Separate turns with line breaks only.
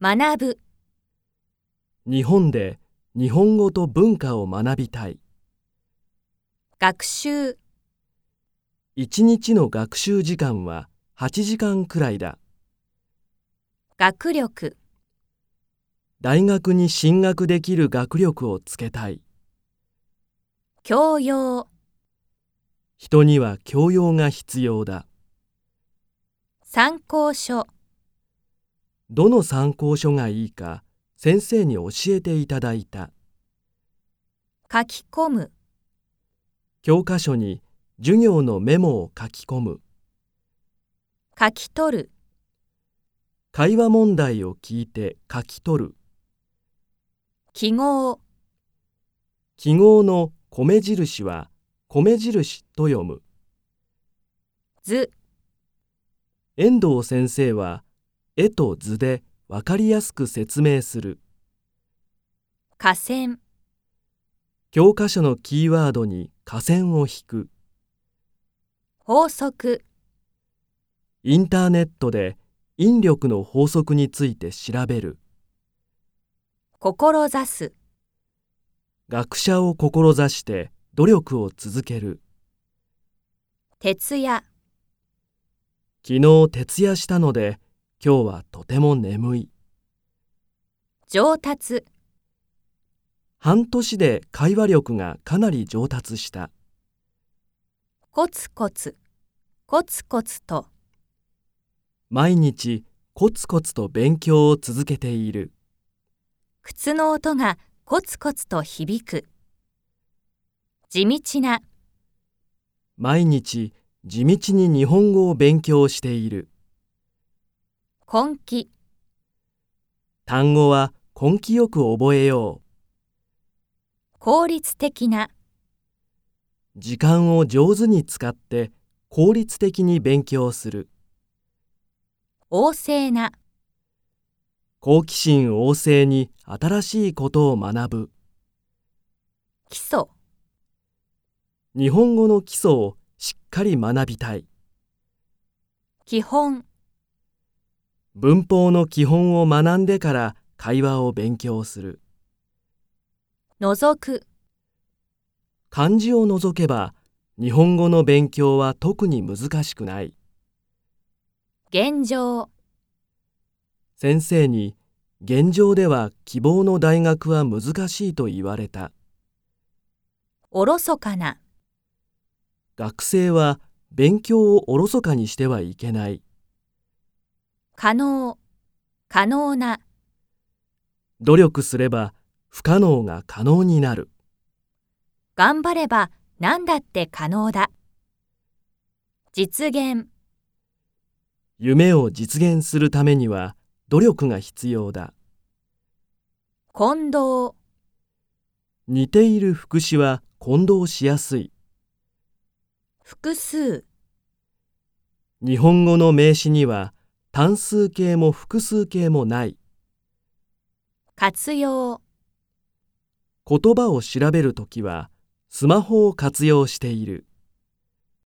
学ぶ、
日本で日本語と文化を学びたい。
学習、
1日の学習時間は8時間くらいだ。
学力、
大学に進学できる学力をつけたい。
教養、
人には教養が必要だ。
参考書、
どの参考書がいいか先生に教えていただいた。
書き込む、
教科書に授業のメモを書き込む。
書き取る、
会話問題を聞いて書き取る。
記号、
記号の米印は米印と読む。
図、
遠藤先生は絵と図でわかりやすく説明する。
河川、
教科書のキーワードに下線を引く。
法則、
インターネットで引力の法則について調べる。
志す、
学者を志して努力を続ける。
徹夜、
昨日徹夜したので今日はとても眠い。
上達、
半年で会話力がかなり上達した。
コツコツ、コツコツと、
毎日コツコツと勉強を続けている。
靴の音がコツコツと響く。地道な、
毎日地道に日本語を勉強している。
根気、
単語は根気よく覚えよ
効率的な、
う。時間を上手に使って効率的に勉強する。
旺盛な、
好奇心旺盛に新しいことを学ぶ。
基礎、
日本語の基礎をしっかり学びたい。
基本、
文法の基本を学んでから会話を勉強する。
除く、
漢字を除けば日本語の勉強は特に難しくない。
現状、
先生に現状では希望の大学は難しいと言われた。
おろそかな、
学生は勉強をおろそかにしてはいけない。
可能、可能な、
努力すれば不可能が可能になる。
頑張れば何だって可能だ。実現、
夢を実現するためには努力が必要だ。
混同、
似ている副詞は混同しやすい。
複数、
日本語の名詞には単数形も複数形もない。
活用、
言葉を調べるときはスマホを活用している。